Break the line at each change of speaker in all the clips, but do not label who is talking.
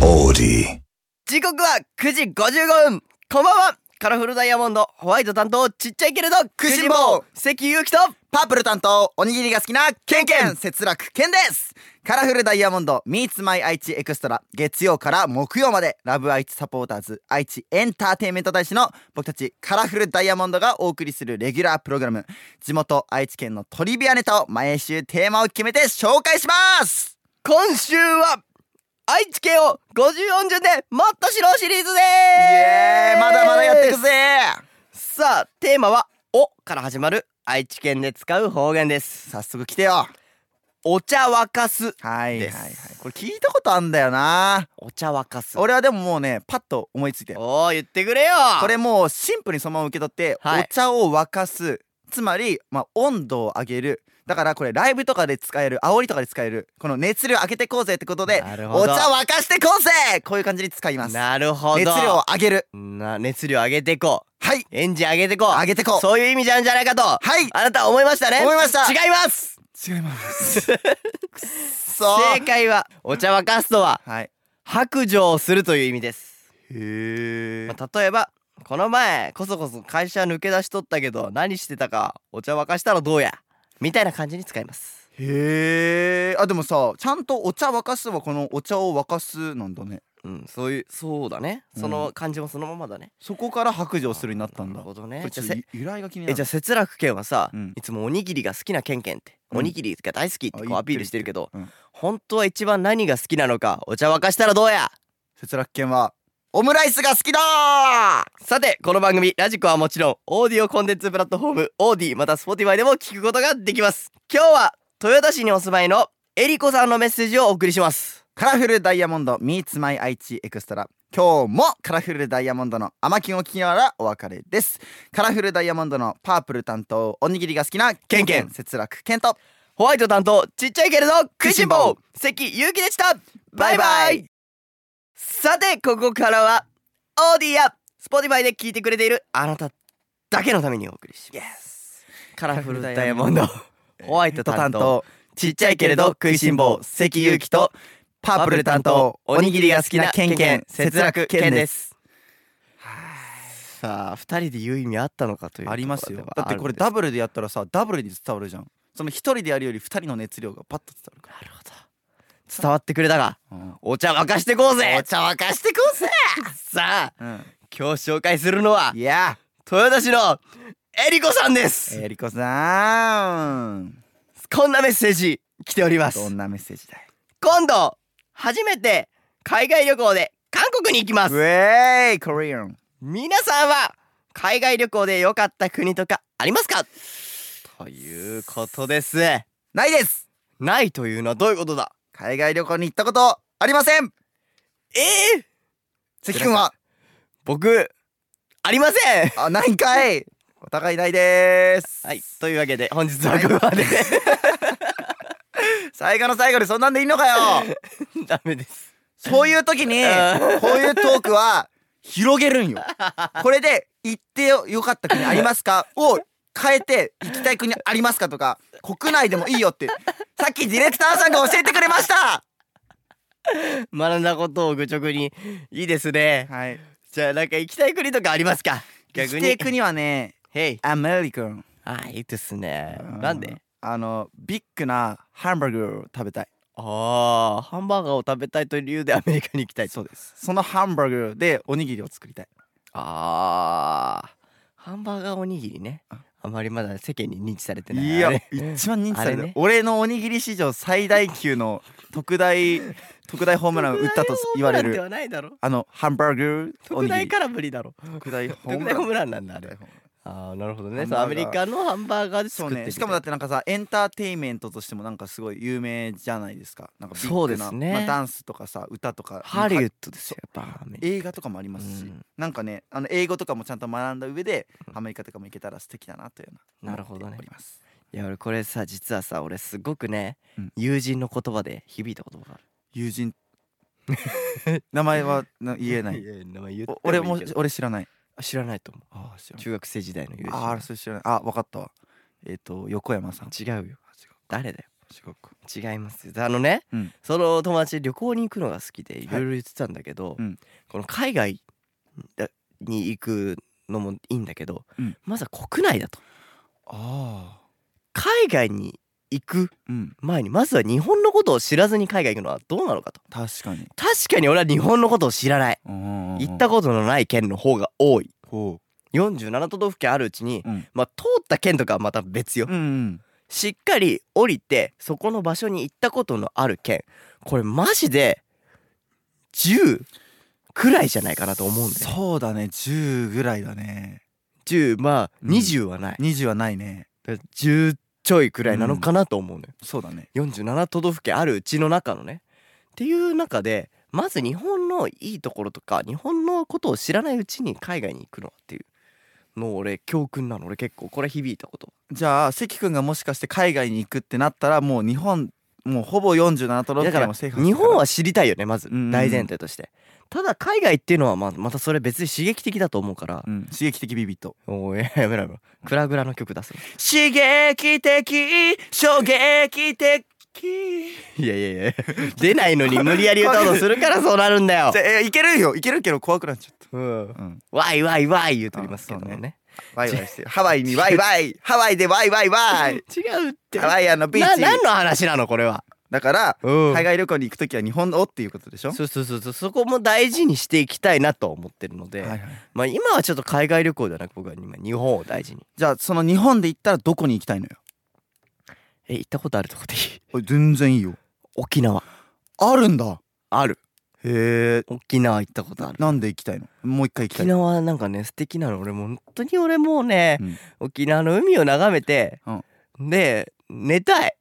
T
時刻は9時55分こんばんはカラフルダイヤモンドホワイト担当ちっちゃいけれど
くしん
ぼ
坊
う関ゆうきと
パープル担当おにぎりが好きなケンケン節楽ケンですカラフルダイヤモンド Meets My 愛知エクストラ月曜から木曜までラブ愛知サポーターズ愛知エンターテインメント大使の僕たちカラフルダイヤモンドがお送りするレギュラープログラム地元愛知県のトリビアネタを毎週テーマを決めて紹介します
今週は愛知県を50音順でもっと知ろうシリーズで
イエーイまだまだやっていくぜ
すさあテーマはおから始まる愛知県で使う方言です
早速来てよ
お茶沸かす
はいはい
で
はい
す
これ聞いたことあんだよな
お茶沸かすお
俺はでももうねパッと思いついたよ
おー言ってくれよ
これもうシンプルにそのまま受け取って、
はい
お茶を沸かすつまり、まあ、温度を上げるだからこれライブとかで使える煽りとかで使えるこの熱量上げてこうぜってことで
なるほど
お茶沸かしてこうぜこういう感じに使います
なるほど
熱量を上げる
な熱量上げていこ
はいう
エンジン上げていこう
上げてこう
そういう意味じゃんじゃないかと
はい
あなた思いましたね
思いました
違います
違いますそう
正解はお茶沸かすとは
はい
白状をするという意味です、
へ
まあ、例えばこの前こそこそ会社抜け出しとったけど何してたかお茶沸かしたらどうやみたいな感じに使います
へえあでもさちゃんとお茶沸かすはこのお茶を沸かすなんだね
うんそういうそうだね
うん
その感じもそのままだね、
そこから白状するになったんだ
なる
こ
ほど
れ
ねじ
ちょ
ゃあ
っと
せ
由由来が気にな
えじゃあ
る
節楽県はさ、
うん
いつもおにぎりが好きなケンケンって、
うん
おにぎりが大好きってこう
あ
アピールしてるけど、
言ってる
本当は一番何が好きなのかお茶沸かしたらどうや
節楽犬はオムライスが好きだー
さてこの番組ラジコはもちろんオーディオコンテンツプラットフォームオーディまたスポティファイでも聞くことができます今日は豊田市にお住まいのえりこさんのメッセージをお送りします
カラフルダイヤモンド Meets My 愛知エクストラ今日もカラフルダイヤモンドの甘きんを聞きながらお別れですカラフルダイヤモンドのパープル担当おにぎりが好きなケンケン節楽ケント
ホワイト担当ちっちゃいけれど食いしん坊関ゆうきでしたバイバイさてここからはオーディやスポティファイで聞いてくれているあなただけのためにお送りします
ス
カラフルダイヤモンド ホワイト担当ちっち
ち
ゃいけれど食いしん坊関
関
ゆう
ゆ
き
き
と
と
パー
パー
プ
プ
ル
ル
担
担
当
当
お
お
に
に
ぎり
ぎり
が
が
好
好
き
き
な
な
ケン
ケン
ケ
ケ
ン
ン
節
節
楽
楽
ケ
ケ
ン
ン
で
です
さあ二人で言う意味あったのかという
ありますよ
ところで
だ
は
ってこれ
あ
ダ
るん
ブルでやったらさダブルに伝わるじゃんその一人でやるより二人の熱量がパッと伝わるか
ですなるほど伝わってくれたが
ら、
お茶沸かしてこうぜ
お茶沸かしてこうぜ
さあ
うん
今日紹介するのはい
や
豊田市のえりこさんです
えりこさん
こんなメッセージ来ております
どんなメッセージだい
今度初めて海外旅行で韓国に行きます
ウェイコリアン
皆さんは海外旅行で良かった国とかありますかということです
ないです
ないというのはどういうことだ
海外旅行に行ったことありません
ええ
関君は
僕ありません
あないん かいお互いないです
はいというわけで本日はここまで
最後の最後でそんなんでいいのか よ
ダメです
そういう時にこういうトークは広げる んよこれで行ってよよかった国あります かを変えて行きたい国ありますかとか国内でもいいよってさっきディレクターさんが教えてくれました
学んだことを愚直にいいですね
はい
じゃあなんか行きたい国とかありますか逆
逆
に
に行きたい国はね
へい
アメリカン
ああいいですねなんで
あのビッグなハンバーグを食べたい
ああハンバーガーを食べたいという理由でアメリカに行きたい
そうですそのハンバーグでおにぎりを作りたい
ああハンバーガーおにぎりねあまりまだ世間に認知されてない
い
あ
や
れ
一番人気され
あれ
る
ね
俺のおにぎり史上最大級の特 大特大ホームランを打ったと言われ
特大ホームランで
る
はないだろ
あのハンバーグお
特
にぎ
大
り
から無理だろ
特大ホ
特
ーム
大
ラ
ホー
ン
ムランなんだあれ
特大ホームラン
ああなるほどね
ハン
そう
バーガー
アメリカのハンバーガーで
そ
作
う
ってる
ねしかもだってなんかさエンターテインメントとしてもなんかすごい有名じゃないですかなんかビッグな
そうですね
まあ、ダンスとかさ歌とか
ハリウッドですよやっぱアメリ
映画とかもありますし、
うん
なんかねあの英語とかもちゃんと学んだ上でアメリカとかも行けたら素敵だなというような
なるほどね
思っております
カいや俺これさ実はさ俺すごくね
うん
友人の言葉で響いた言葉がある
友人 名前はな言えない
や名前言って
お
も
俺
い
も
いけど
俺知らない
あ知らないと思う
ああ知ら
中学生時代の友
ああ
人
それ知らないあわかったわえっ、と横山さん
違うよ誰だよ
違うか
違いますあのね、
うん
その友達旅行に行くのが好きでいろいろ言ってたんだけど、
うん
この海外に行くのもいいんだけど、
うん
まずは国内だと
あ
海外に行く
あうん
前にまずは日本のことを知らずに海外行くのはどうなのかと
確かに
確かに俺は日本のことを知らない行
行
ったことのない県の方が多い
ほ
47都道府県あるうちに、
うん
まあ通った県とかはまた別よ、
ううん
しっかり降りてそこの場所に行ったことのある県これマジで10くらいじゃないかなと思うんだよね
そうだね10ぐらいだね
10まあ
うん
20はない、
20はないね
だから10ちょいくらいなのかなと思うのよ、
そうだね
47都道府県あるうちの中のねっていう中でまず日本のいいところとか日本のことを知らないうちに海外に行くのっていうのを俺教訓なの俺結構これ響いたこと
じゃあ関君がもしかして海外に行くってなったらもう日本もうほぼ47都道
だか
府県
ら
も制覇
日本は知りたいよねまず
うんうんうん
大前提として、ただ海外っていうのはまあまたそれ別に刺激的だと思うから、
うん刺激的ビビット
おいやめろやめろグラグラの曲出す
刺激的衝撃的
いやいやいや 出ないのに無理やり歌おうとするからそうなるんだよ
じゃ、あいけるよいけるけど怖くなっちゃっ
うん、
たうん
わいわいわい言うとりますけども
あそう
ね
ワイワイしてハワイにワイワイハワイでワイワイワイ
違うって
ハワイアンのビー
な
チ
何の話なのこれは、
だから
うん
海外旅行に行くときは日本をっていうことでしょ
そうそうそうそうそこも大事にしていきたいなと思ってるので、
はいはい
まあ今はちょっと海外旅行ではなく僕は今日本を大事に
じゃあその日本で行ったらどこに行きたいのよ
え行ったことあるとこでいい
あ全然いいよ
沖縄
あるんだ
ある
へえ
沖縄行ったことある
なんで行きたいのもう一回行きた
沖
い
縄なんかね素敵なの俺もう本当に俺もうね、
うん
沖縄の海を眺めて、で寝たい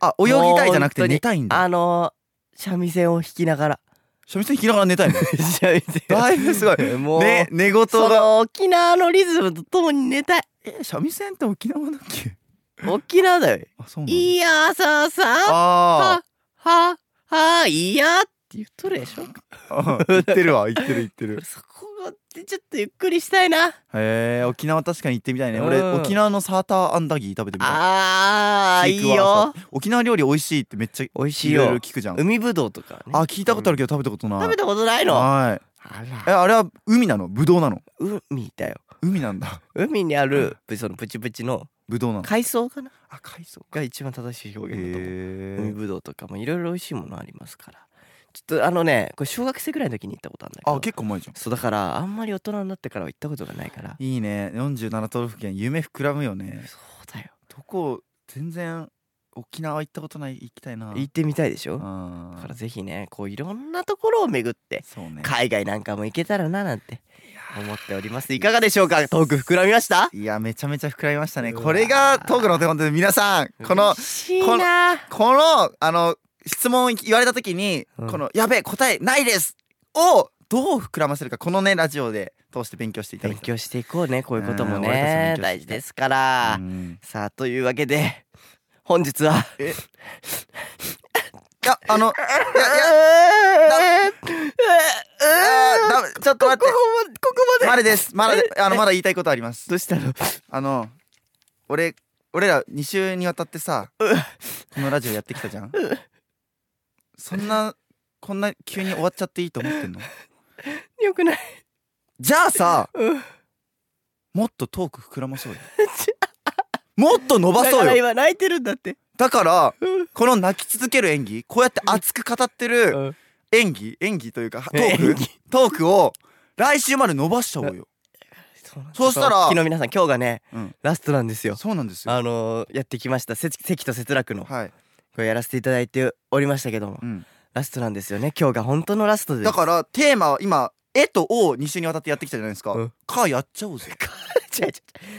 あ泳ぎたいじゃなく
もう本当
て
に
寝たいんだ
あの三味線を弾きながら
三味線弾きながら寝たいの
三味線
だいぶすごい
もう、
ね寝言
そ
が
の沖縄のリズムとともに寝たい
え三味線って沖縄だっけ
沖縄だよ
あそうなの
いやさあさあ
あ
はははいやって言っとるでしょ
あ言ってるわ言ってる言ってる
俺そこがちょっとゆっくりしたいな
へえ沖縄確かに行ってみたいね俺
うん
沖縄のサーターアンダギー食べてみたい
あーい
シーク
い
ワーサ
よ
ー沖縄料理美味しいってめっちゃ
美味しい
いろいろ
よ
聞くじゃん
海ぶどうとかね
あ聞いたことあるけど食べたことない
食べたことないの
はい
あ
え
ら
あれは海なのブドウなの
海だよ
海な んだ
海にあるそのプチプチの
ブドウなの
海藻かな
あ海藻
が一番正しい表現だと思う海
へえ
ぶどうとかもいろいろ美味しいものありますからちょっとあのねこれ小学生ぐらいの時に行ったことあるんだけど
あ結構前じゃん
そうだからあんまり大人になってからは行ったことがないから
いいね47都道府県夢膨らむよね
そうだよ
どこ全然沖縄行ったことない行きたいな
行ってみたいでしょ
あ
だ
ー
からぜひねこういろんなところを巡って
そうね
海外なんかも行けたらななんて思っておりますいかがでしょうかトーク膨らみました
いやめちゃめちゃ膨らみましたね
うわー
これがトークのお手本で皆さんこの
嬉しいな
このあの質問言われた時に、
うん
この「やべえ答えないです!」をどう膨らませるかこのねラジオで通して勉強していただ
勉
きたい
強していこうねこういうことも
うん俺たちも勉
ね
強して
大事ですから、
うん
さあというわけで本日は。
いやあの
いやいや、だ、だ、だ、ちょっと待って。ここも、ここも
あーだちょっと待って
ここまで。
まだですまだであのまだ言いたいことあります
どうしたの
あの俺俺ら2週にわたってさこのラジオやってきたじゃんそんなこんな急に終わっちゃっていいと思ってんの
よくない。
じゃあさ
うん。
もっとトーク膨らま そうよもっと伸ばそうよ
今泣いてるんだって。
だから
うん。
この泣き続ける演技こうやって熱く語ってる演技演技というかトー
演
クトークを来週まで伸ばしちゃおうよそうしたら
昨日皆さん、今日がね
うん、
ラストなんですよ。
そうなんですよ
あのー、やってきました。せ関と節楽の、こ
はい、
れやらせていただいておりましたけども
う、ん、
ラストなんですよね。今日が本当のラストです。
だからテーマは今「え」と「お」を2週にわたってやってきたじゃないですか、
うん
かやっちゃおうぜ
違う違う違う、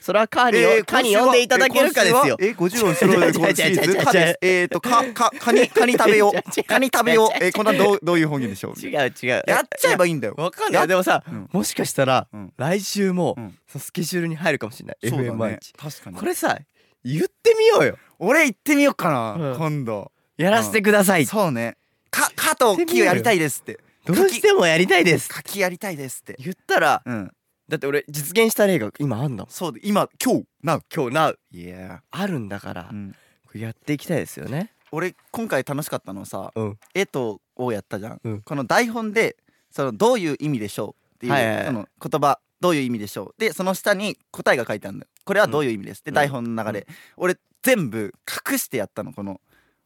それはカーによ、カーに呼んでいただけるかですよ。
え、五十音スロ ーでこのシリーズかです。えっとかかカニカニ食べ よう。カニ食べよう。え、こんなどうどういう本気でしょう。
違う違う。
やっちゃえばいいんだよ。
わかんない。でもさ、
うん
もしかしたら、
うん
来週も、
うん
そのスケジュールに入るかもしれない。
そうだ
FM 毎
ね
日。。
確かに。
これさ、言ってみようよ。
俺行ってみようか
うん
な。今度。
やらせてください。
そうね。かかと木をやりたいですって。
どうしてもやりたいです。
かきやりたいですって。
言ったら、
うん。
だって俺実現した例が今あんだもん。
そうで今今日なう。
今日な
Yeah。
あるんだから
う、ん。
これやっていきたいですよね。
俺今回楽しかったのさ
うん
絵とをやったじゃん、
うん
この台本でそのどういう意味でしょうっていう、
はいはいはい
その言葉どういう意味でしょうでその下に答えが書いてあるんだよこれはどういう意味です、
うん
で台本の流れ、俺全部隠してやったのこの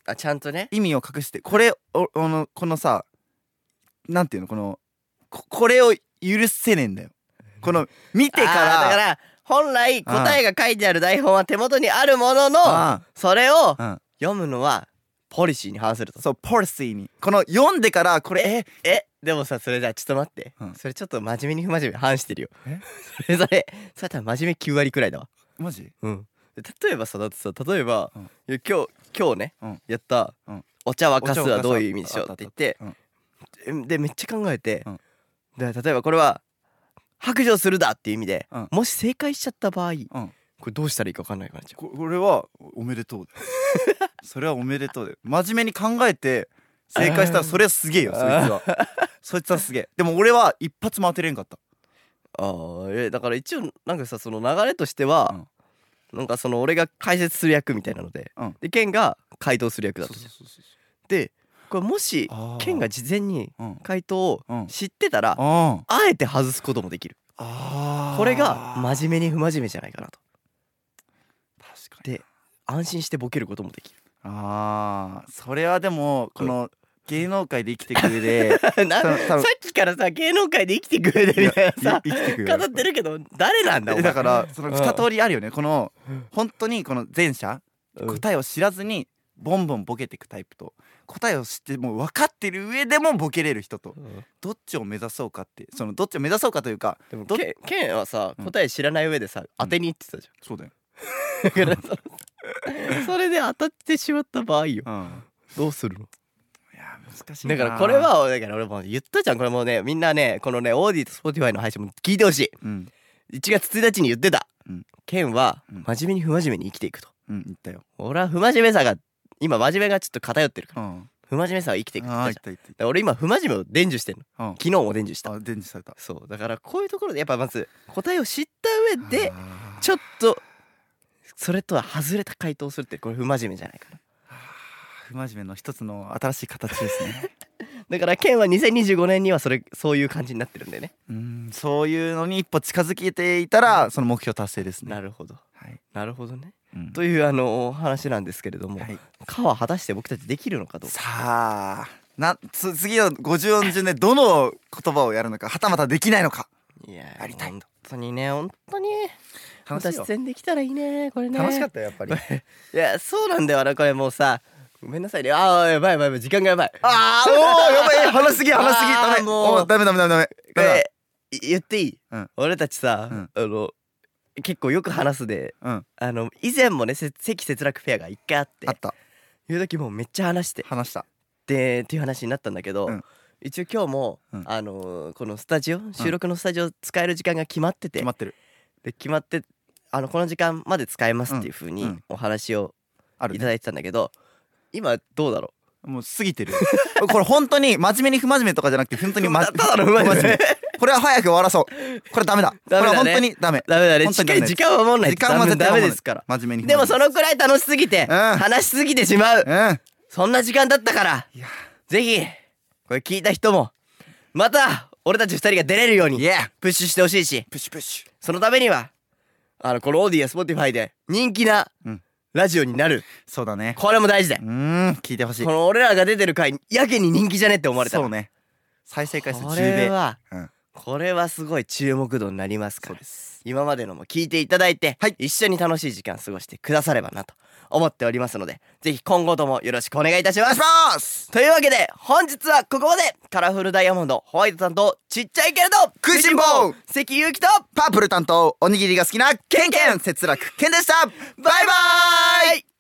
あちゃんとね
意味を隠してこれおあのこのさなんていうのこのここれを許せねえんだよこの見て
あ
か
ーだからら本来答えが書いてある台本は手元にあるものの
あ
それを
うん
読むのはポリシーに反すると
そうポリシーにこの読んでからこれ
えでもさそれじゃあちょっと待って、
うん
それちょっと真面目に不真面目に反してるよ
え
それそれそれ多分真面目9割くらいだわ
えマジ
うん例えばさだってさ例えば、
うん
いや今日今日ね、
うん
やった、
うん
お茶沸かすはどういう意味でしょうって言って
うん
ででめっちゃ考えて、
うん
で例えばこれは白状するだっていう意味で、
うん
もし正解しちゃった場合、
うん
これどうしたらいいか分かんないからじゃ
ここれはおおめでとうだよ それはおめでとうだよ真面目に考えて正解したらそれはすげえよそいつ はそいつはすげえでも俺は一発も当てれんかった
あーえだから一応なんかさその流れとしては、なんかその俺が解説する役みたいなので、
うん
でケンが回答する役だったじゃんでこれもし
あー
ケンが事前に
うん
回答を
うん
知ってたら、
あ
あえて外すこともできる
あ
これが真面目に不真面目じゃないかなと
確
で安心してボケることもでき
ああそれはでもこの芸能界で生きていく 上で
るな
多
さ
分多分
っきからさ芸能界で生きてくれてみたいなさ
いやい生きてくよ
語ってるけど誰なんだお前
えだからその
うん
二通りあるよねこの
うん
本当にこの前者
うん
答えを知らずにボンボンボケていくタイプと答えを知ってもう分かってる上でもボケれる人と
うん
どっちを目指そうかってそのどっちを目指そうかというか
でも
ど
ケンケンはさ
うん
答え知らない上でさ当てにいってたじ
そうだよ、
ゃん、だから そそれで当たってしまった場合よ
うん、
どうするの
いや難しいな
だからこれ、はだから俺も言ったじゃんこれもうねみんなねこのねオーディとスポティファイの配信も聞いてほしい
うん
1月1日に言ってた、
うん
ケンは
うん
真面目に不真面目に生きていくと
うん、言ったよ、
俺は不真面目さが今真面目がちょっと偏ってるか
う
ら
ん、
不真面目さを生きていくって言
あ
っ
ー
た
言
じゃん
っ
だか
た言った
ら俺今不真面目を伝授してんの
言っ
昨日も伝授した
た、うん、あ伝授された
そうだからこういうところでやっぱまず答えを知った上で
あー
ちょっとそれとは外れた回答をするってこれ不真面目じゃないかな
不真面目の一つの新しい形ですね
だからケンは2025年にはそれそういう感じになってるんでね
うんそういうのに一歩近づけていたらその目標達成ですね
なるほど
はい、
なるほどね
うん
というあのお話なんですけれども、
はい
かは果たして僕たちできるのかどうか
さあなつ次の50音順でどの言葉をやるのかはたまたできないのか
いや
やりたい
本当にね本当にま
楽
た
しいよ
出演できたらいいねこれね
楽しかったよやっぱりあ
いやそうなんだよなこれもうさごめんなさいねああやばいやばいやばい時間がやばい
あーおーやばい話しすぎ話しすぎ
あー
ダメ
もう
おーダメダメダメダメ
こ
ダメだ
れい言っていい、
うん
俺たちさ、
うん
あの結構よく話すで
うん
あの以前もねせ関節楽フェアが一回あって
あった
いう時もうめっちゃ話して
話した
でっていう話になったんだけど、
うん
一応今日も、
うん
あのーこのスタジオ収録のスタジオ使える時間が決まってて、
決まってる
で決まってあのこの時間まで使えますっていう風
うんう
に
ん
お話を
ある
いただいてたんだけど、今どうだろ
もう過ぎてる これ本当に真面目に不真面目とかじゃなくて本当
う
に、 ま、
たただの不真面目
これは早く終わらそうこれダメだ
ダメだね
これは本当にダメ
ダメだね
本当
しっ
に
か
ダ
り
メです
時間を守らない
時間は
ダメ
絶
ダメ
対守らない
ですから
真面目に不
で
真面目
もそのくらい楽しすぎて、
ん
話しすぎてしまう、
うん
そんな時間だったから
いや
ぜひこれ聞いた人もまた俺たち二人が出れるように
イエー
プッシュしてほしいし
プッシュプッシュ
そのためにはあのこのオーディやスポティファイで人気な
うん
ラジオになる、
そうだね
これも大事だよ
う、ーん聞いてほしい
この俺らが出てる回やけに人気じゃねって思われたら
そうね再生回数
こ
10
れ
倍
は、
うん
これはすごい注目度になりますから
す
今までのも聞いていただいて、一緒に楽しい時間過ごしてくださればなと思っておりますのでぜひ今後ともよろしくお願いいたし
お
ま
願い
す
します
というわけで本日はここまでカラフルダイヤモンドホワイトさんとちっちゃいけれど
食いしん坊
関ゆうきと
パープル担当おにぎりが好きなケンケン節楽ケンでしたバイバ
バイバ
イ
イ